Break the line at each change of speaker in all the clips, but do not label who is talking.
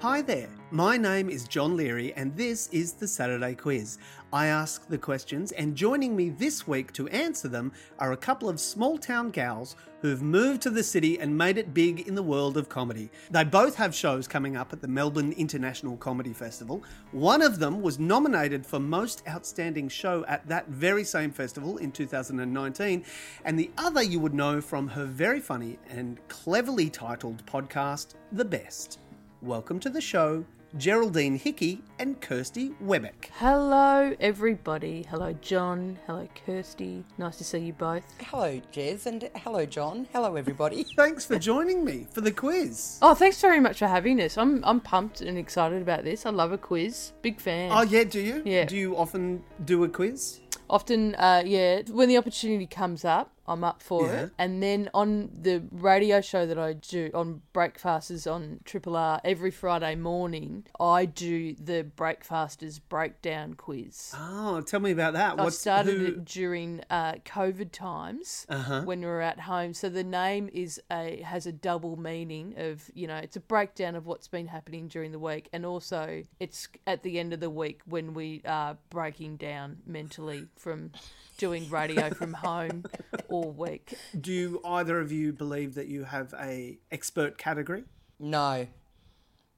Hi there, my name is John Leary, and this is the Saturday Quiz. I ask the questions, and joining me this week to answer them are a couple of small town gals who've moved to the city and made it big in the world of comedy. They both have shows coming up at the Melbourne International Comedy Festival. One of them was nominated for Most Outstanding Show at that very same festival in 2019, and the other you would know from her very funny and cleverly titled podcast, The Best. Welcome to the show, Geraldine Hickey and Kirsty Webbeck.
Hello, everybody. Hello, John. Hello, Kirsty. Nice to see you both.
Hello, Jez, and hello, John. Hello, everybody.
Thanks for joining me for the quiz.
Oh, thanks very much for having us. I'm I'm pumped and excited about this. I love a quiz. Big fan.
Oh, yeah, do you?
Yeah.
Do you often do a quiz?
Often, uh, yeah, when the opportunity comes up, I'm up for
Yeah.
it. And then on the radio show that I do on Breakfasters on Triple R every Friday morning, I do the Breakfasters breakdown quiz.
Oh, tell me about that.
I started
who-
it during uh, COVID times when we were at home. So the name is a has a double meaning of you know it's a breakdown of what's been happening during the week, and also it's at the end of the week when we are breaking down mentally from doing radio from home all week.
Do you, either of you believe that you have a expert category?
No.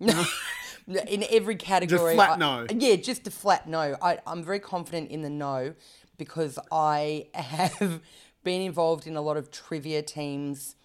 No. in every category.
flat
I-
no.
Yeah, just a flat no. I, I'm very confident in the no because I have been involved in a lot of trivia teams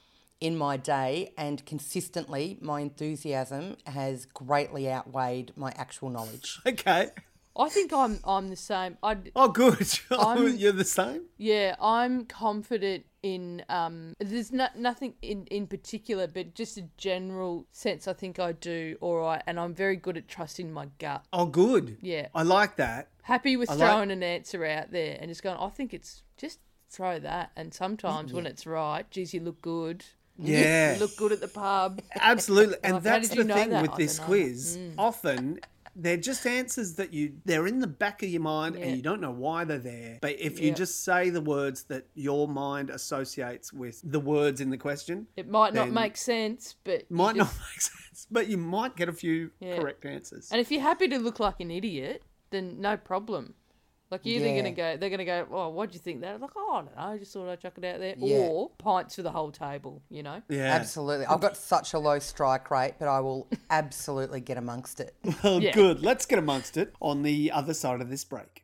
in my day, and consistently, my enthusiasm has greatly outweighed my actual knowledge.
Okay.
I think I'm I'm the same. I
Oh, good. Oh,
I'm-
You're the same.
Yeah, I'm confident in um there's no, nothing in in particular but just a general sense I think I do all right and I'm very good at trusting my gut.
Oh, good.
Yeah.
I like that.
Happy with
like-
throwing an answer out there and just going I think it's just throw that and sometimes when it's right, geez you look good.
Yeah.
You look good at the pub.
Absolutely. And
How
that's
did
the
you know
thing
that?
with
I
this
dunno. Mm.
quiz. Often they're just answers that you they're in the back of your mind
Yeah.
and you don't know why they're there. But if you
Yeah.
just say the words that your mind associates with the words in the question,
It might not
Then-
make sense, but you
might
just-
not make sense, but you might get a few
Yeah.
correct answers.
And if you're happy to look like an idiot, then no problem. Like you're either
Yeah.
gonna go, they're gonna go. Oh, what'd you think? That like, oh, I don't know. I just thought I'd chuck it out there.
Yeah.
Or pints for the whole table. You know.
yeah.
Absolutely. I've got such a low strike rate, but I will absolutely get amongst it.
Well,
Yeah.
good. Let's get amongst it on the other side of this break.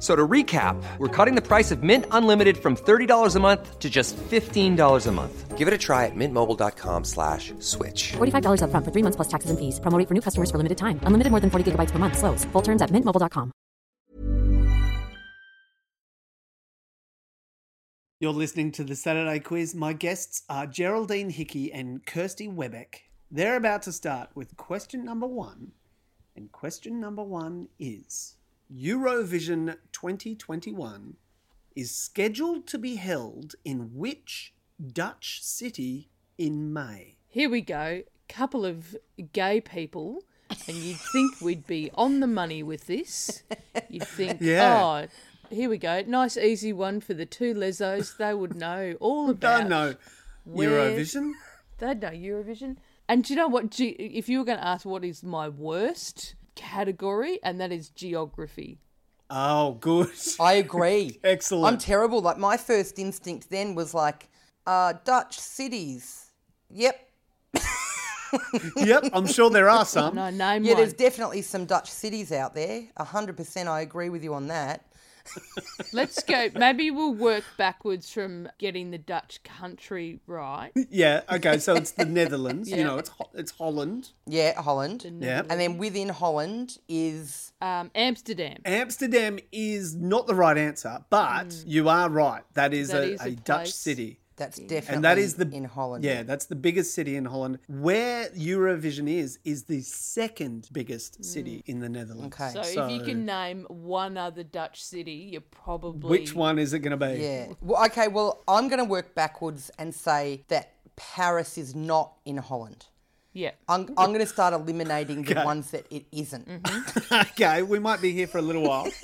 So to recap, we're cutting the price of Mint Unlimited from $30 a month to just $15 a month.
Give it a try at mintmobile.com slash switch.
$45 upfront for three months plus taxes and fees. Promote for new customers for limited time. Unlimited more than 40 gigabytes per month. Slows. Full terms at mintmobile.com.
You're listening to the Saturday Quiz. My guests are Geraldine Hickey and Kirsty Webbeck. They're about to start with question number one. And question number one is Eurovision 2021 is scheduled to be held in which Dutch city in May?
Here we go. Couple of gay people, and you'd think we'd be on the money with this. You'd think,
Yeah.
oh, here we go. Nice easy one for the two lesos. They would know all about.
Don't know.
where-
Eurovision?
They'd know Eurovision. And do you know what? Ge- if you were going to ask what is my worst category, and that is geography.
Oh, good.
I agree.
Excellent.
I'm terrible. Like my first instinct then was like, uh, Dutch cities. Yep.
yep, I'm sure there are some.
No, name
Yeah,
one.
there's definitely some Dutch cities out there. hundred percent, I agree with you on that.
Let's go. Maybe we'll work backwards from getting the Dutch country right.
Yeah. Okay. So it's the Netherlands. You
Yeah.
know, it's Ho- it's Holland.
Yeah, Holland.
Yeah.
And then within Holland is
Um, Amsterdam.
Amsterdam is not the right answer, but you are right. That is,
Mm. That
a,
is a
a Dutch
place.
city.
that's definitely
And that is the
in Holland.
Yeah, that's the biggest city in Holland. Where Eurovision is is the second biggest city
Mm.
in the Netherlands.
Okay.
So, if you can name one other Dutch city, you're probably
which one is it going to be?
Yeah. Well, okay. Well, I'm going to work backwards and say that Paris is not in Holland.
Yeah.
I'm, I'm going to start eliminating the ones that it isn't.
okay, we might be here for a little while.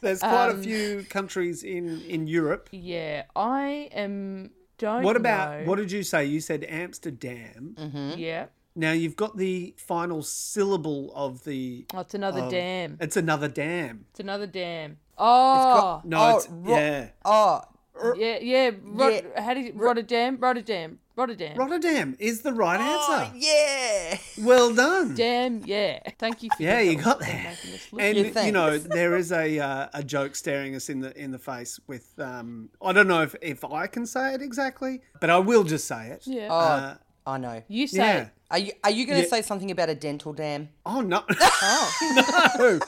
There's quite
Um,
a few countries in in Europe.
Yeah. I am. Don't.
What about
know. Mm.
what did you say? You said Amsterdam.
Yeah.
Now you've got the final syllable of the.
Oh, it's another dam.
Um, It's another dam.
It's another dam. Oh.
No,
Oh,
it's,
ro-
yeah.
Oh,
er-
yeah. Yeah. Rot-
Yeah.
How do you, Rotterdam? Rotterdam. Rotterdam.
Rotterdam is the right
Oh,
answer.
yeah.
Well done.
Damn, yeah. Thank you for
Yeah,
your
you
help
got there.
making us
And
look
Yeah,
good.
you
thanks.
know there is a uh, a joke staring us in the in the face with um I don't know if, if I can say it exactly but I will just say it
yeah.
Oh, I know.
Uh, you say
Oh, yeah
it.
Are you Are you going to say something about a dental dam?
oh no
Oh.
no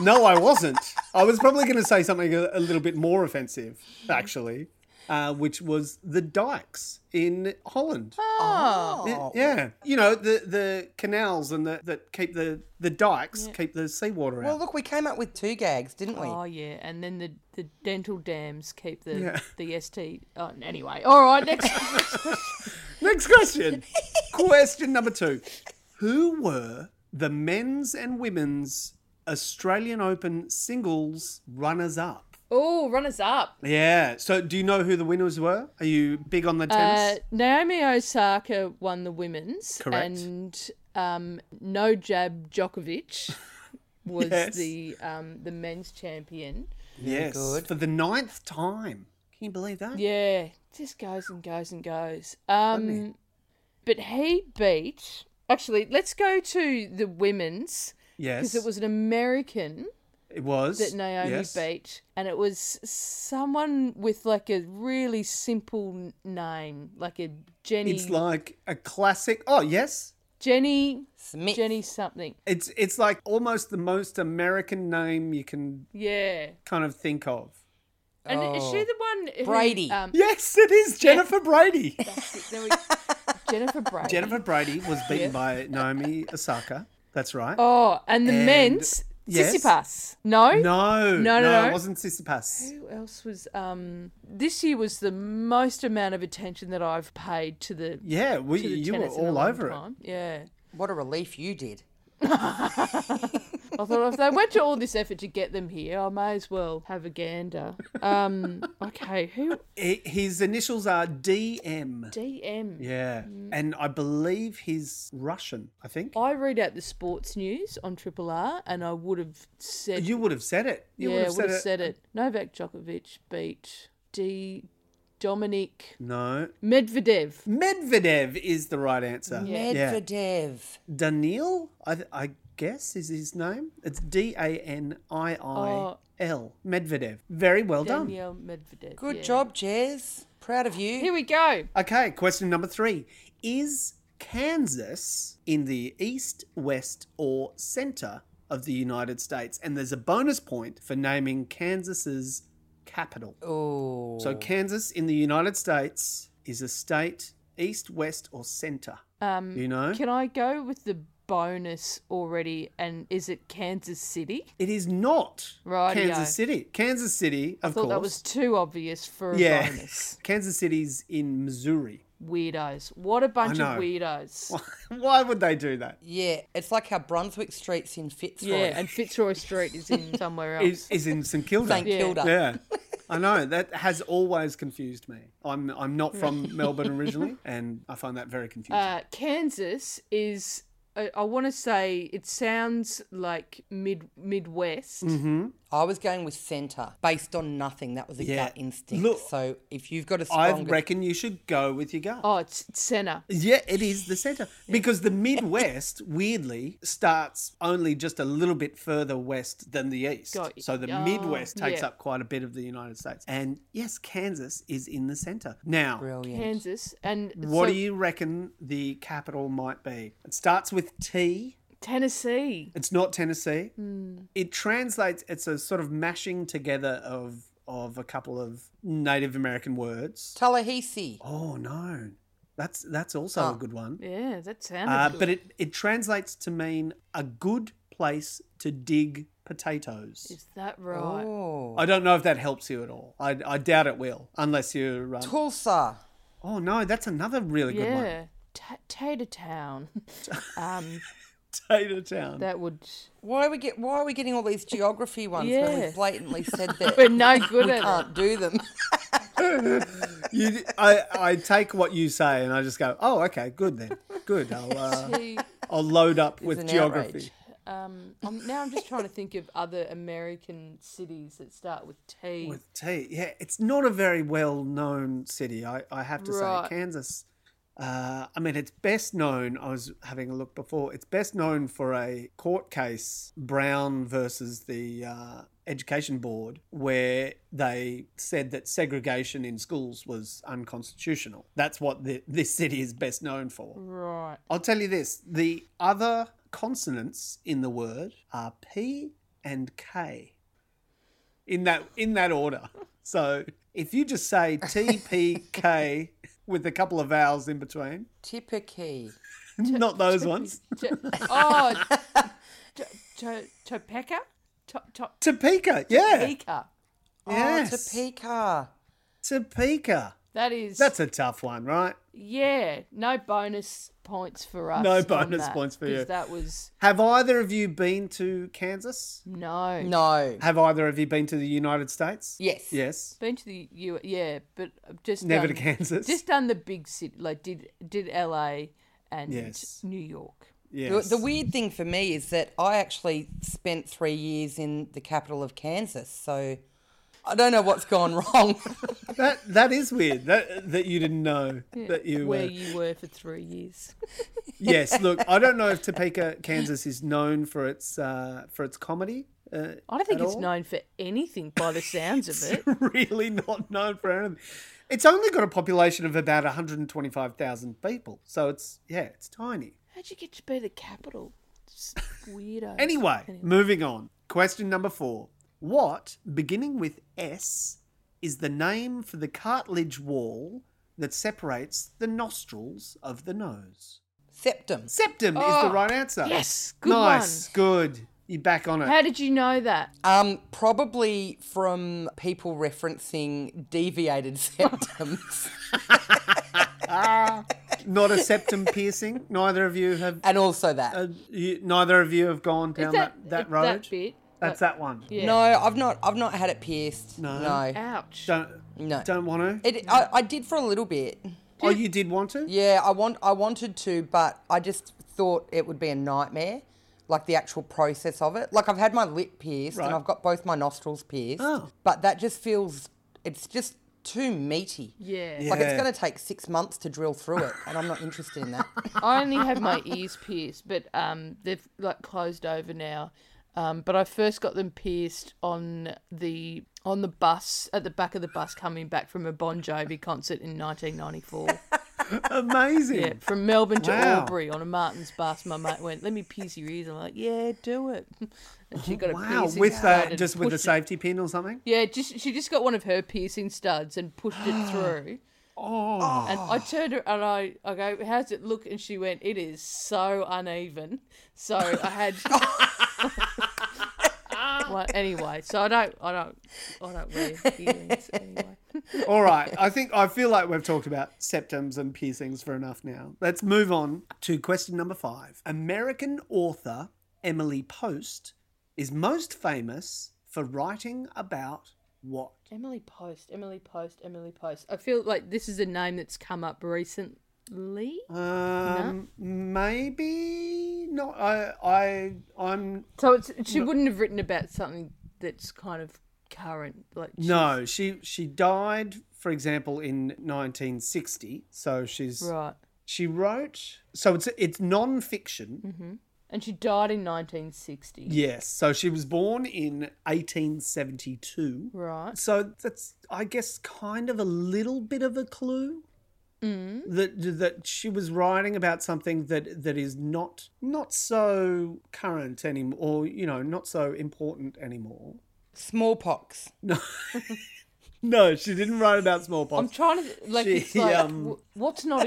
no I wasn't I was probably going to say something a, a little bit more offensive
Mm-hmm.
actually uh, which was the dikes in Holland
Oh,
yeah you know the the canals and the that keep the the dikes keep the seawater out
Well, Oh, look, we came up with two gags, didn't we?
Oh yeah, and then the, the dental dams keep the
Yeah.
the ST. Oh, anyway, all right. Next,
Next question. question number two. Who were the men's and women's Australian Open singles runners up?
oh, runners up.
Yeah. So do you know who the winners were? Are you big on the
Uh,
tennis?
Naomi Osaka won the women's,
Correct.
and um, No Jab Djokovic was
Yes.
the um, the men's champion.
yes.
good.
For the ninth time. Can you believe that?
Yeah, just goes and goes and goes. Um, but he beat. Actually, let's go to the women's
Yes.
because it was an American
It was.
that Naomi
yes.
beat, and it was someone with like a really simple n- name, like a Jenny,
It's like a classic. Oh, yes.
Jenny,
Smith.
Jenny something.
It's it's like almost the most American name you can
Yeah,
kind of think of.
and is she
Oh.
the one who,
Brady.
Um,
Yes, it is Jennifer Brady.
there we, Jennifer Brady.
Jennifer Brady was beaten by Naomi Osaka. That's right.
Oh, and the
And-
men's
yes.
Tsitsipas. No,
no, no, no,
no.
it wasn't Sissipas.
Who else was um this year was the most amount of attention that I've paid to the
Yeah, we,
to the
you were
tennis in a
all
long
over it.
time. Yeah.
What a relief you did.
I thought if they went to all this effort to get them here, I may as well have a gander. Um okay, who
He- His initials are DM.
DM.
Yeah, and I believe he's Russian. I think
I read out the sports news on Triple R and I would have said
you would have said it. You
Yeah,
would have said it.
Novak Djokovic beat D Dominic
No,
Medvedev.
Medvedev is the right answer. Yeah,
Medvedev.
Daniil, I, th- I guess is his name. It's D A N I I L. Medvedev. Very well done.
Daniel Medvedev.
Good
yeah.
job, Jez. Proud of you.
Here we go.
Okay, question number three. Is Kansas in the east, west, or center of the United States? And there's a bonus point for naming Kansas's capital.
Oh,
So, Kansas in the United States is a state, east, west, or center. Um, you know?
Can I go with the bonus already? And is it Kansas City?
it is not
Rightio.
Kansas City. Kansas City, of
I thought
course.
that was too obvious for a
yeah.
bonus.
Kansas City's in Missouri.
Weirdos. What a bunch of
know.
weirdos.
Why would they do that?
yeah. It's like how Brunswick Street's in Fitzroy.
Yeah, and Fitzroy Street is in somewhere else.
Is, is in St Kilda.
St Kilda.
Yeah. I know that has always confused me. I'm I'm not from Melbourne originally, and I find that very confusing.
Uh, Kansas is I, I want to say it sounds like mid Midwest.
Mm-hmm.
I was going with centre based on nothing. That was a
Yeah.
gut instinct.
Look,
so if you've got a
I
stronger,
reckon you should go with your gut.
Oh, it's, it's Senna.
Yeah, it is the center because the Midwest weirdly starts only just a little bit further west than the east.
Got-
so the
oh,
Midwest takes
yeah.
up quite a bit of the United States. And yes, Kansas is in the center. Now,
brilliant.
Kansas. And
what
so
do you reckon the capital might be? It starts with T.
Tennessee.
It's not Tennessee.
Hmm.
It translates it's a sort of mashing together of of a couple of Native American words.
Tallahassee.
Oh no. That's that's also
Oh.
a good one.
Yeah, that sounded
Uh,
good.
but it, it translates to mean a good place to dig potatoes.
Is that right?
Oh.
I don't know if that helps you at all. I, I doubt it will, unless you're. Um,
Tulsa.
oh no, that's another really good
yeah. Ta Tater Town. um,
one. Tater Town.
that would.
Why are we get? Why are we getting all these geography ones when
Yeah.
we blatantly said that
We're
we
no good at it.
can't do them?
You, I, I take what you say and I just go, oh okay, good then, good. I'll uh,
Two,
I'll load up with
an
geography.
outrage.
um, I'm, now I'm just trying to think of other American cities that start with T.
With tea, yeah, it's not a very well known city. I, I have to
Right.
say, Kansas. Uh, I mean, it's best known. I was having a look before. It's best known for a court case, Brown versus the uh, Education Board, where they said that segregation in schools was unconstitutional. That's what the, this city is best known for.
right.
I'll tell you this: the other consonants in the word are P and K. In that in that order. So if you just say T P K with a couple of vowels in between,
Tippecanoe.
not those ones.
T- oh, t- t- Topeka? To- to-
Topeka, yeah,
Topeka.
yes,
Oh, Topeka.
Topeka.
That is.
That's a tough one, right?
yeah. No bonus points for us.
No
on
bonus
that,
points for
'cause
you.
That was
Have either of you been to Kansas?
no.
No.
Have either of you been to the United States?
Yes.
Yes.
Been to the U. Yeah, but I've just
Never to
done-
Kansas.
Just done the big city. Like did did L.A. and
Yes.
New York.
The-
Yes.
The weird thing for me is that I actually spent three years in the capital of Kansas, so I don't know what's gone wrong.
That that is weird. That that you didn't know that you
Where
were.
you were for three years.
yes, look, I don't know if Topeka, Kansas, is known for its uh, for its comedy. Uh,
I don't think
At
it's
all?
known for anything by the sounds of it.
really not known for anything. It's only got a population of about one hundred and twenty five thousand people, so it's yeah, it's tiny.
How'd you get to be the capital? It's weirdo.
Anyway, moving on. Question number four: What, beginning with S, is the name for the cartilage wall that separates the nostrils of the nose?
Septum.
Septum is the right answer.
Oh, yes, good
nice, good. You're back on it.
How did you know that?
Um, probably from people referencing deviated septums,
Not a septum piercing. Neither of you have.
and also that.
Uh, you, neither of you have gone down that, that, road.
That bit.
That's that one.
Yeah.
No, I've not. I've not had it pierced. No, no.
Ouch.
Don't
no.
don't want to.
It, I, I did for a little bit.
Oh, you did want to.
Yeah, I want. I wanted to, but I just thought it would be a nightmare, like the actual process of it. Like I've had my lip pierced
Right.
and I've got both my nostrils pierced,
Oh.
but that just feels. It's just too meaty.
Yeah.
Like it's
Yeah.
going to take six months to drill through it, and I'm not interested in that.
I only have my ears pierced, but um, they've like closed over now. Um, but I first got them pierced on the on the bus at the back of the bus coming back from a Bon Jovi concert in 1994.
Amazing.
Yeah, from Melbourne to
Wow.
Albury on a Martin's bus. My mate went, "Let me pierce your ears." I'm like, "Yeah, do it." And she got a
Wow.
piercing
With
stud
uh,
and
just with the
pushed it-
safety pin or something.
Yeah, just she just got one of her piercing studs and pushed it through.
Oh.
And I turned her and I, I go, how's it look? And she went, it is so uneven. So I had. well, anyway, so I don't, I don't, I don't wear earrings anyway.
All right. I think I feel like we've talked about septums and piercings for enough now. Let's move on to question number five. American author Emily Post is most famous for writing about what?
Emily Post, Emily Post, Emily Post. I feel like this is a name that's come up recently.
Um, maybe no, I, I, I'm
So it's she wouldn't have written about something that's kind of current, like she's-
no. She she died, for example, in 1960. So she's
right.
she wrote. So it's it's non-fiction.
Mm-hmm. And she died in 1960.
Yes. So she was born in 1872.
Right.
So that's, I guess, kind of a little bit of a clue
Mm.
that that she was writing about something that that is not not so current anymore, or you know, not so important anymore.
Smallpox.
No, she didn't write about smallpox.
I'm trying to like,
She,
it's like
um,
w- what's not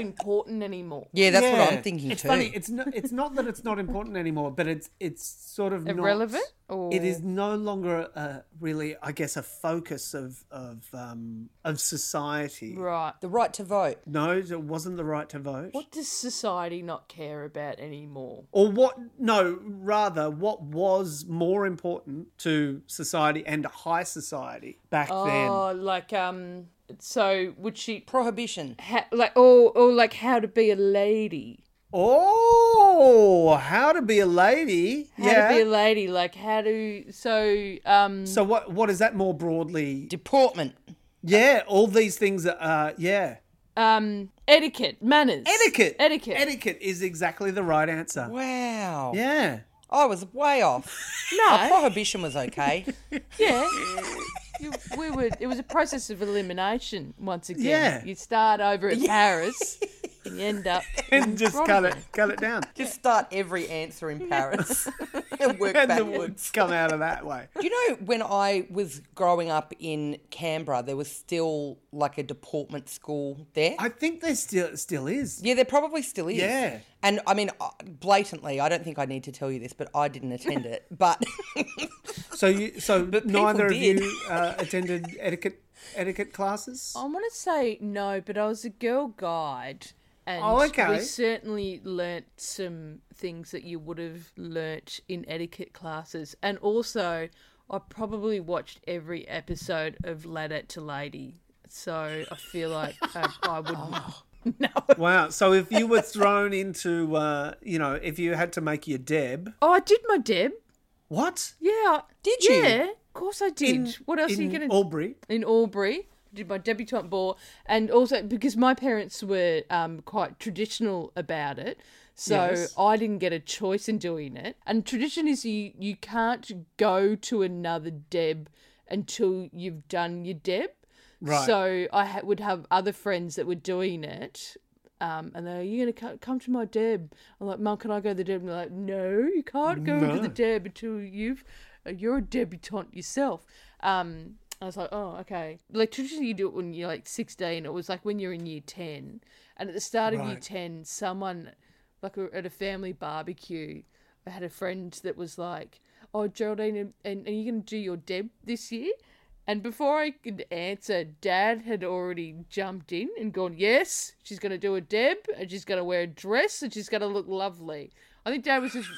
important anymore.
Yeah, that's what
Yeah.
I'm thinking
It's
too.
funny. It's not. It's not that it's not important anymore, but it's it's sort of not-
Irrelevant or
It is no longer a, really, I guess, a focus of of um, of society.
right.
The right to vote.
No, it wasn't the right to vote.
What does society not care about anymore?
Or what? No, rather, what was more important to society and high society back
Oh, like um. So would she
Prohibition.
ha- like or or like how to be a lady?
then? Oh, how to be a lady?
How
yeah.
to be a lady? Like how to so um.
so what? What is that more broadly?
Deportment.
Yeah, all these things are. Uh, yeah.
um etiquette manners
Etiquette.
etiquette
Etiquette is exactly the right answer.
Wow.
Yeah.
I was way off.
no
Prohibition was okay.
yeah You- we were it was a process of elimination once again
Yeah.
you start over at paris and you end up
And just cut it, cut it down.
Just start every answer in Paris and work
And the
backwards.
words come out of that way.
Do you know when I was growing up in Canberra, there was still like a deportment school there?
I think there still still is.
yeah, there probably still is.
Yeah.
And I mean, uh, blatantly, I don't think I need to tell you this, but I didn't attend it. But
So you, so
people
neither of
did.
you uh, attended etiquette etiquette classes.
i want to say no but i was a girl guide and
Oh, okay.
we certainly learnt some things that you would have learnt in etiquette classes and also i probably watched every episode of lad it to lady so i feel like i, I
Oh.
would know
Wow. So if you were thrown into, uh, you know, if you had to make your deb,
Oh, I did my deb.
what
Yeah.
Did you?
Yeah. Of course I did. what else
in
are you Mm. going to
Albury?
in Albury. Did my debutante ball, and also because my parents were um, quite traditional about it, so
Yes.
I didn't get a choice in doing it. And tradition is you you can't go to another deb until you've done your deb.
Right.
So I ha- would have other friends that were doing it. Um, and they're, you're going to come to my deb. I'm like, Mum, can I go to the deb? And they're like, no, you can't go to the deb until you've, uh, you're a debutante yourself. Um, I was like, oh, okay. Like, traditionally, you do it when you're like 16. It was like when you're in year 10. And at the start of year
Right.
10, someone, like a- at a family barbecue, I had a friend that was like, oh, Geraldine, and, and are you going to do your deb this year? And before I could answer, Dad had already jumped in and gone, Yes, she's going to do a deb and she's going to wear a dress and she's going to look lovely. I think Dad was just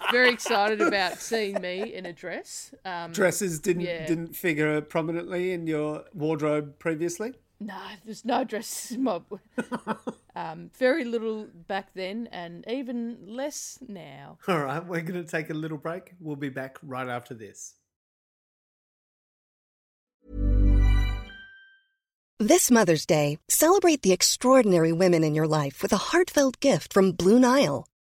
very excited about seeing me in a dress. Um,
Dresses didn't
Yeah.
didn't figure prominently in your wardrobe previously.
no, there's no dress in my. um, very little back then and even less now.
All right, we're going to take a little break. We'll be back right after this.
This Mother's Day, celebrate the extraordinary women in your life with a heartfelt gift from Blue Nile.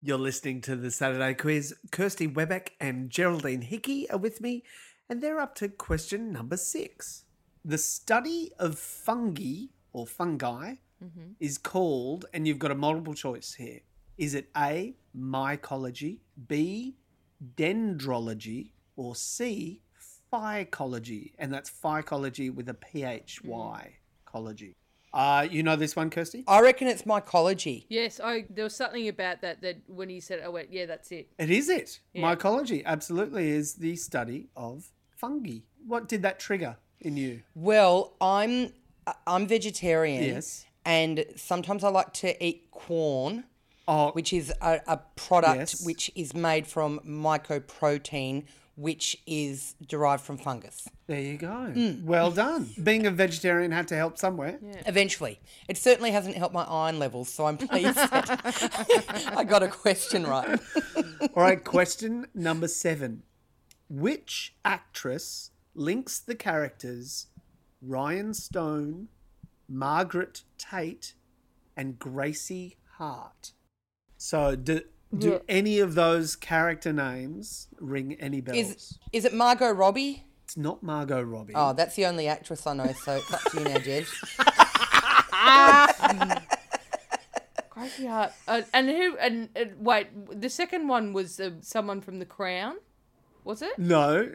You're listening to the Saturday Quiz. Kirsty Webeck and Geraldine Hickey are with me, and they're up to question number six. The study of fungi or fungi is called, and you've got a multiple choice here. Is it A, mycology, B, dendrology, or C, phycology? And that's phycology with a PHY, cology. Uh, you know this one, Kirsty?
I reckon it's mycology.
Yes, I there was something about that that when he said, it, I went, yeah, that's it.
It is it. Mycology absolutely is the study of fungi. What did that trigger in you?
Well, I'm I- I'm vegetarian.
Yes.
And sometimes I like to eat corn,
Oh,
which is a, a product
Yes.
which is made from mycoprotein, which is derived from fungus.
there you go. Well done. Being a vegetarian had to help somewhere.
Eventually, it certainly hasn't helped my iron levels, so I'm pleased that I got a question right.
All right, question number seven. Which actress links the characters Ryan Stone, Margaret Tate, and Gracie Hart? So, do, do
Yeah.
any of those character names ring any bells?
Is is it Margot Robbie?
it's not Margot Robbie.
Oh, that's the only actress I know, so it's up to you now, Jed.
Crazy heart. Uh, and who? And, and wait, the second one was uh, someone from The Crown, was it?
no.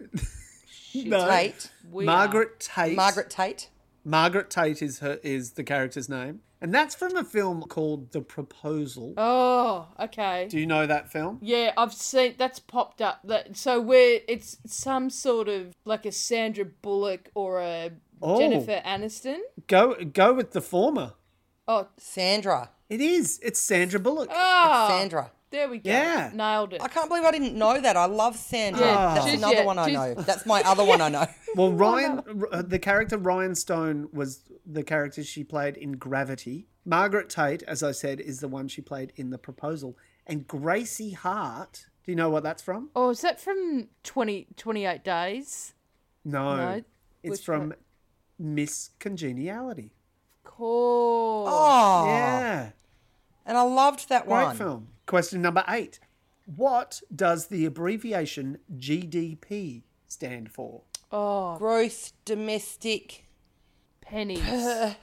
no.
Tate.
We
Margaret Tate.
Margaret Tate.
Margaret Tate is her is the character's name, and that's from a film called The Proposal.
Are. Oh, okay.
Do you know that film?
Yeah, I've seen that's popped up. That so where it's some sort of like a Sandra Bullock or a
Oh.
Jennifer Aniston.
Go go with the former.
Oh,
Sandra.
It is. It's Sandra Bullock.
Oh,
ah,
Sandra.
There we go.
Yeah.
nailed it.
I can't believe I didn't know that. I love Sandra.
Yeah,
That's
she's-
another
yeah,
one I
she's-
know. That's my other one I know.
Well, Ryan, r- the character Ryan Stone was the character she played in Gravity. Margaret Tate, as I said, is the one she played in The Proposal, and Gracie Hart. Do you know what that's from?
Oh, is that from 20, 28 Days?
No,
No.
it's
Which
from
one?
Miss Congeniality.
Cool.
Oh,
Yeah.
and I loved that
Great
one.
film. Question number eight. What does the abbreviation GDP stand for?
Gross
Oh,
domestic.
Pennies.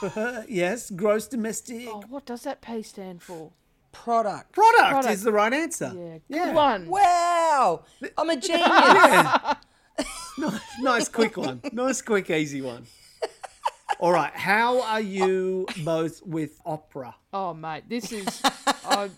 Uh, yes, gross domestic
oh, what does that P stand for?
Product.
product,
Product.
is the right answer.
Yeah, good one.
Wow, I'm a genius.
Nice quick one. Nice quick easy one. All right, how are you both with opera?
Oh, mate, this is. I,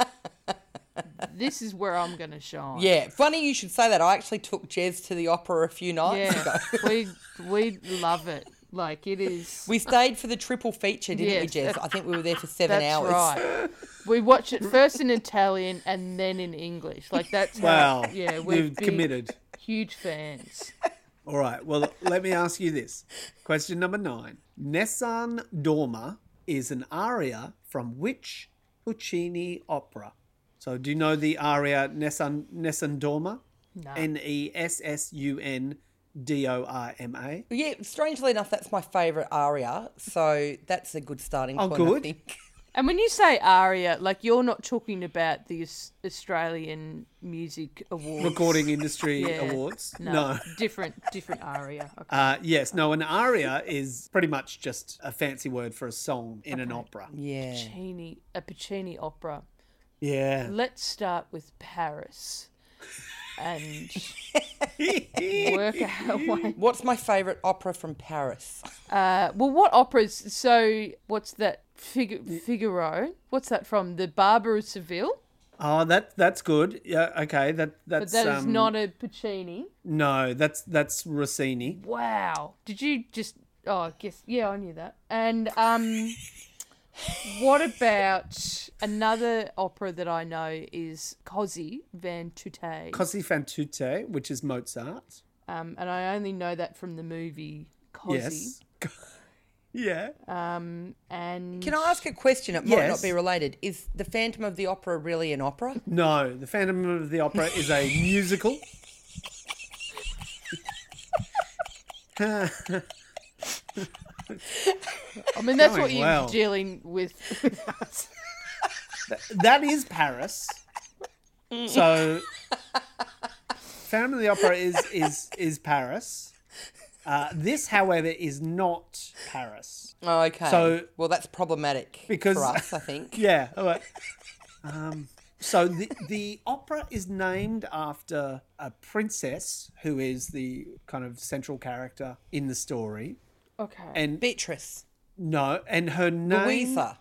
this is where I'm gonna shine.
yeah, funny you should say that. I actually took Jez to the opera a few nights ago.
yeah. we we love it. Like it is.
We stayed for the triple feature, didn't
Yes.
we, Jez? I think we were there for seven
That's
hours.
right. We watch it first in Italian and then in English. Like that's
Wow.
How, yeah, we're
You've
big,
committed.
Huge fans.
All right, well, let me ask you this. Question number nine. Nessun Dorma is an aria from which Puccini opera? So, do you know the aria Nessun, Nessun Dorma?
No.
N E S S U N D O R M A.
Yeah, strangely enough, that's my favourite aria, so that's a good starting
Oh,
point. I
good.
think.
And when you say aria, like you're not talking about the Aus- Australian Music Awards
Recording Industry
Yeah.
Awards.
No,
no.
different, different aria. Okay.
Uh, yes, no, an aria is pretty much just a fancy word for a song in an opera.
Yeah.
Puccini, a Puccini opera.
Yeah.
Let's start with Paris, and work our way.
What's my favourite opera from Paris?
Uh, well, what operas? So, what's that? Fig- Figaro. What's that from? The Barber of Seville.
Oh, that that's good. Yeah, okay. That
But
that's
that is
um,
not a Puccini.
No, that's that's Rossini.
Wow. Did you just? Oh, I guess yeah, I knew that. And um, what about another opera that I know is Così van Tutte.
Così fan tutte, which is Mozart.
um, and I only know that from the movie Così.
Yes. yeah.
And
Can I ask a question? It might
Yes.
not be related. Is The Phantom of the Opera really an opera?
No, The Phantom of the Opera is a musical.
I mean that's
Going
what you're
well.
dealing with. with us.
That is Paris. So, Phantom of the Opera is is is Paris. Uh, this, however, is not Paris.
Oh, okay.
So-
well, that's problematic
Because-
for us, I think.
Yeah. All right. Um, so the the opera is named after a princess who is the kind of central character in the story,
okay.
and
Beatrice.
No, and her name.
Louisa.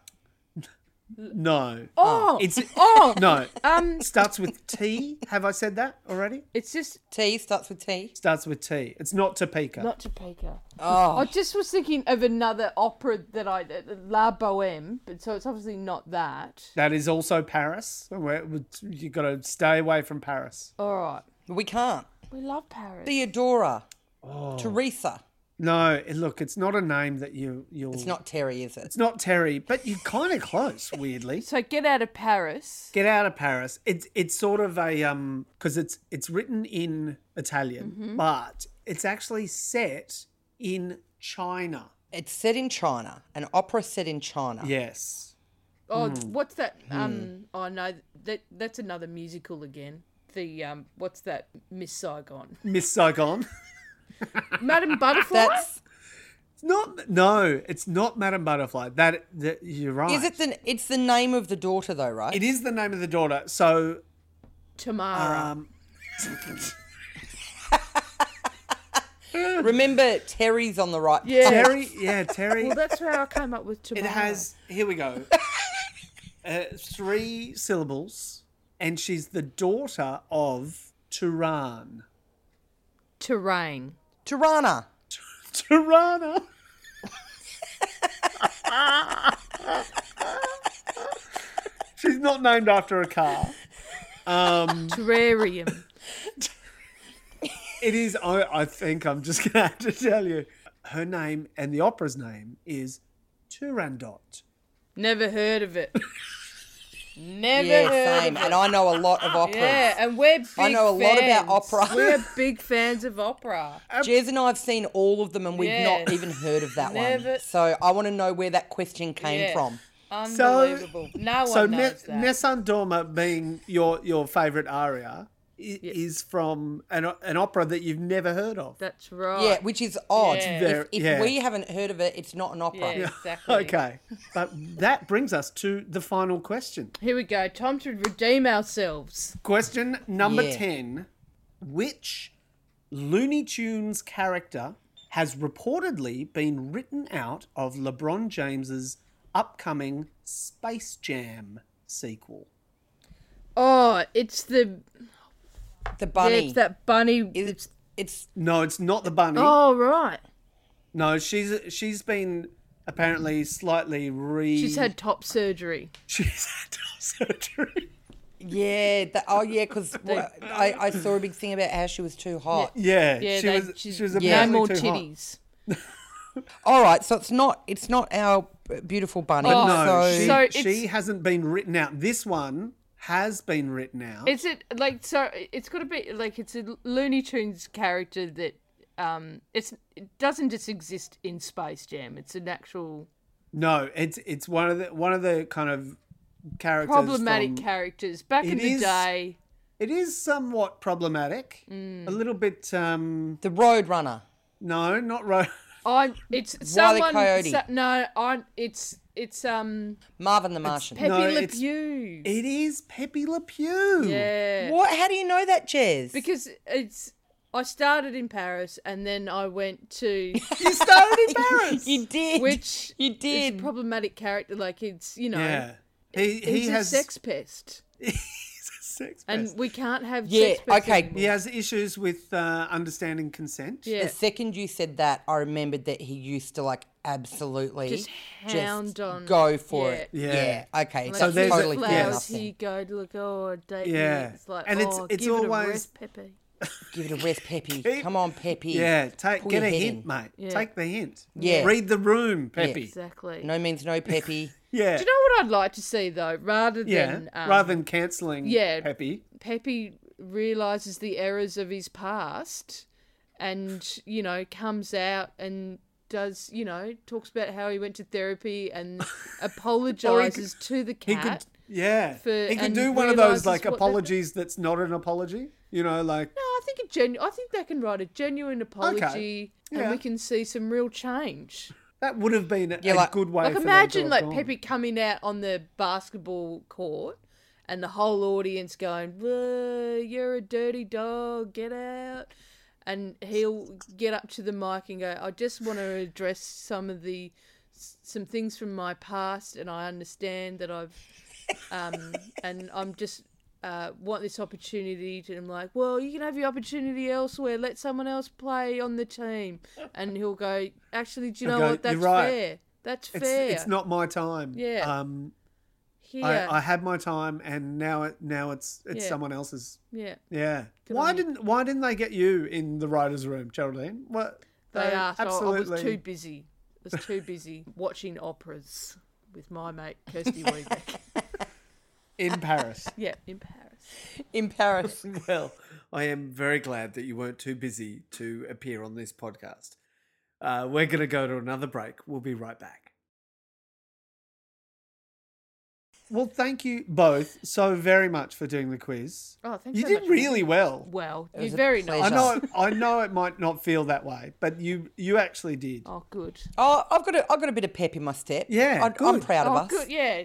No.
Oh,
uh, It's
oh,
no.
um,
Starts with T. Have I said that already?
it's just
T starts with T.
Starts with T. It's not Topeka.
not Topeka.
Oh,
I just was thinking of another opera that I La Boheme, but so it's obviously not that.
that is also Paris. Where you got to stay away from Paris.
All right,
We can't.
we love Paris.
Theodora. Oh. Teresa.
No, look, it's not a name that you you'll.
Mm.
It's not Terry, is it?
It's not Terry, but you're kind of close, weirdly.
so get out of Paris.
Get out of Paris. It's it's sort of a um because it's it's written in Italian,
Mm-hmm.
but it's actually set in China.
It's set in China. An opera set in China.
Yes.
Oh,
Hmm.
what's that? Um, oh no, that that's another musical again. The um, what's that? Miss Saigon,
Miss Saigon.
Madam Butterfly.
That's
It's not no, it's not Madame Butterfly. That, that you're right.
is it the it's the name of the daughter though, right?
It is the name of the daughter. So uh, um,
Tamara.
Remember Terry's on the right.
yeah.
Terry, yeah, Terry.
Well, that's where I came up with
it
Tamara.
has here we go. uh, three syllables, and she's the daughter of Turan.
terrain.
Tirana.
Tirana. She's not named after a car.
Terrarium.
It is. I, I think I'm just going to have to tell you. Her name and the opera's name is Turandot.
Never heard of it. Never
Yeah,
heard
same.
of it.
And I know a lot of operas.
Yeah, and we're big
I know a lot about
fans.
opera.
We're big fans of opera.
Jez and I have seen all of them, and we've not
Yes.
even heard of that
Never-
one. So I want to know where that question came
Yeah.
from.
Unbelievable. no one
so
knows that.
Nessun Dorma being your your favorite aria i- is from an, o- an opera that you've never heard of.
That's right.
Yeah, which is odd.
Yeah.
There-
If, if
yeah.
we haven't heard of it, it's not an
Yeah,
opera.
exactly.
Okay, but that brings us to the final question.
Here we go. Time to redeem ourselves.
Question number
Yeah.
10 Which Looney Tunes character has reportedly been written out of LeBron James's upcoming Space Jam sequel?
Oh, it's the yeah,
The bunny.
it's that bunny.
Is
it's
it- it's
No, it's not the bunny.
oh right.
No, she's she's been apparently slightly re
She's had top surgery.
she's had surgery.
yeah. The, oh yeah, because I, I saw a big thing about how she was too hot.
Yeah,
Yeah,
she,
they,
was,
she's,
she was
no
apparently
more
too hot.
titties.
All right, so it's not it's not our beautiful bunny.
But
No,
so
she,
Oh, So
she
it's-
hasn't been written out. This one has been written out.
Is it like so? It's got to be like it's a Looney Tunes character that um, it's it doesn't just exist in Space Jam. It's an actual
No, it's it's one of the one of the kind of characters.
problematic
from-
characters back in
It
the
is-
day.
It is somewhat problematic.
Mm.
A little bit. um
the road runner.
No, not ro-
I it's
Wile E.
someone.
Coyote.
so- no, I it's it's um
Marvin the Martian.
Pepe
No,
Le
it's-
Pew.
It is Pepe Le Pew.
yeah,
what? How do you know that, Jez?
because it's I started in Paris and then I went to
You started in Paris.
you did.
which
you
is a
did.
problematic character. Like it's you know
Yeah. He he
he's
has
a sex pest.
he's a sex
And
pest.
we can't have
Yeah,
sex pets
okay.
anymore.
He has issues with uh, understanding consent.
Yeah.
The second you said that, I remembered that he used to like absolutely
Just hound on-
go for
yeah.
it.
Yeah.
Yeah. Okay.
Like
So
so
there's
there's
a-
totally
flowers,
fair
yes.
he go to look, oh, date me.
Yeah.
It's like,
And it's-
oh,
it's
give
always-
it a rest, Pepe.
Give it a rest, Peppy.
Keep-
Come on, Peppy.
Yeah, take
Pull
get
your
a
head
hint,
in.
mate.
Yeah.
Take the hint.
Yeah.
Read the room, Pepe.
Exactly.
No means no, Peppy.
Yeah.
Do you know what I'd like to see, though? Rather
yeah.
than um,
Rather than cancelling
yeah.
Pepe.
Pepe realizes the errors of his past and, you know, comes out and does, you know, talks about how he went to therapy and apologizes to the
He
cat.
could, yeah.
for-
he could
and
do one of those
realises
like
what the-
apologies that's not an apology. You know, like
No, I think a genu- I think they can write a genuine apology,
Yeah.
and we can see some real change.
that would have been a,
Yeah,
a
like-
good way.
Like
for them to
imagine
have
like
gone.
Pepe coming out on the basketball court, and the whole audience going, "Whoa, "You're a dirty dog, get out!" And he'll get up to the mic and go, "I just want to address some of the s- some things from my past, and I understand that I've, um, and I'm just uh, want this opportunity to. And I'm like, well, you can have your opportunity elsewhere. Let someone else play on the team, and he'll go. Actually, do you know
He'll go,
what? That's
"You're right.
fair. That's
It's,
fair.
it's not my time.
Yeah.
Um,
here.
I, I had my time, and now it now it's it's
Yeah.
someone else's.
yeah,
Yeah. why didn't Why didn't they get you in the writers' room, Geraldine? What
they asked. I- I was too busy. I was too busy watching operas with my mate Kirsty Weaver.
in Paris.
yeah, in Paris.
in Paris.
well, I am very glad that you weren't too busy to appear on this podcast. Uh, we're going to go to another break. We'll be right back. Well, thank you both so very much for doing the quiz.
Oh, thanks
You
so
did
much.
really well.
Well,
was
you're
a
very
pleasure.
nice.
I know, I know it might not feel that way, but you you actually did.
Oh, good.
Oh, I've got a, I've got a bit of pep in my step.
Yeah,
I, I'm
good.
proud of
oh,
us.
good. Yeah.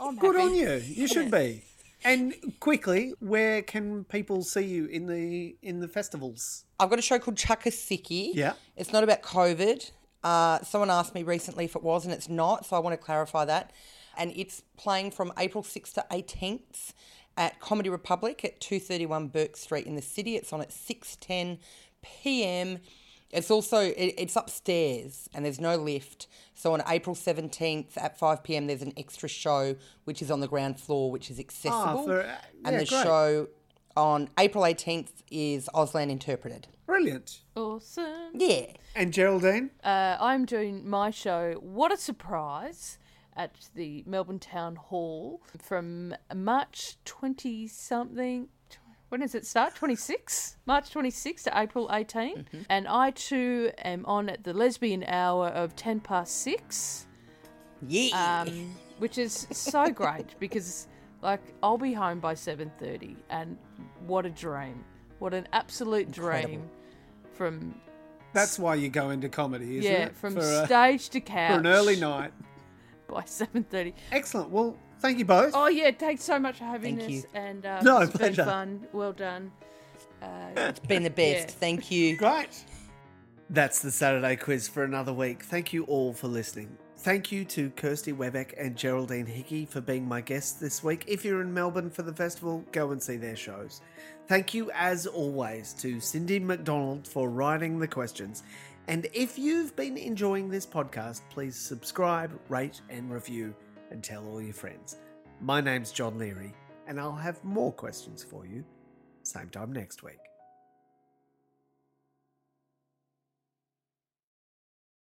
I'm
Good
happy.
on you. You should be. And quickly, where can people see you in the in the festivals?
I've got a show called Chuckasiki.
Yeah.
It's not about COVID. Uh, someone asked me recently if it was, and it's not. So I want to clarify that. And it's playing from April 6th to 18th at Comedy Republic at 231 Burke Street in the city. It's on at 6:10 p.m. It's also it, it's upstairs and there's no lift. So on April 17th at 5 p.m. there's an extra show which is on the ground floor which is accessible.
for-
and
yeah,
the
great.
show on April 18th is Auslan Interpreted.
Brilliant.
Awesome.
Yeah.
And Geraldine?
Uh, I'm doing my show, What a Surprise, at the Melbourne Town Hall from March 20 something. When does it start? 26? March 26 to April 18.
Mm-hmm.
And I too am on at the lesbian hour of 10 past 6.
Yeah.
um, which is so great because like I'll be home by seven thirty, and what a dream! What an absolute dream from
That's why you go into comedy, isn't
yeah
it?
from
for, a-
stage to couch
for an early night.
by seven thirty.
Excellent. Well, thank you both.
Oh yeah, thanks so much for having
Thank
us,
you.
and uh,
No,
it's been
pleasure.
fun. Well done. Uh,
been the best.
Yeah.
Thank you.
Great. That's the Saturday quiz for another week. Thank you all for listening. Thank you to Kirsty Webeck and Geraldine Hickey for being my guests this week. If you're in Melbourne for the festival, go and see their shows. Thank you, as always, to Cindy McDonald for writing the questions. And if you've been enjoying this podcast, please subscribe, rate, and review, and tell all your friends. My name's John Leary, and I'll have more questions for you same time next week.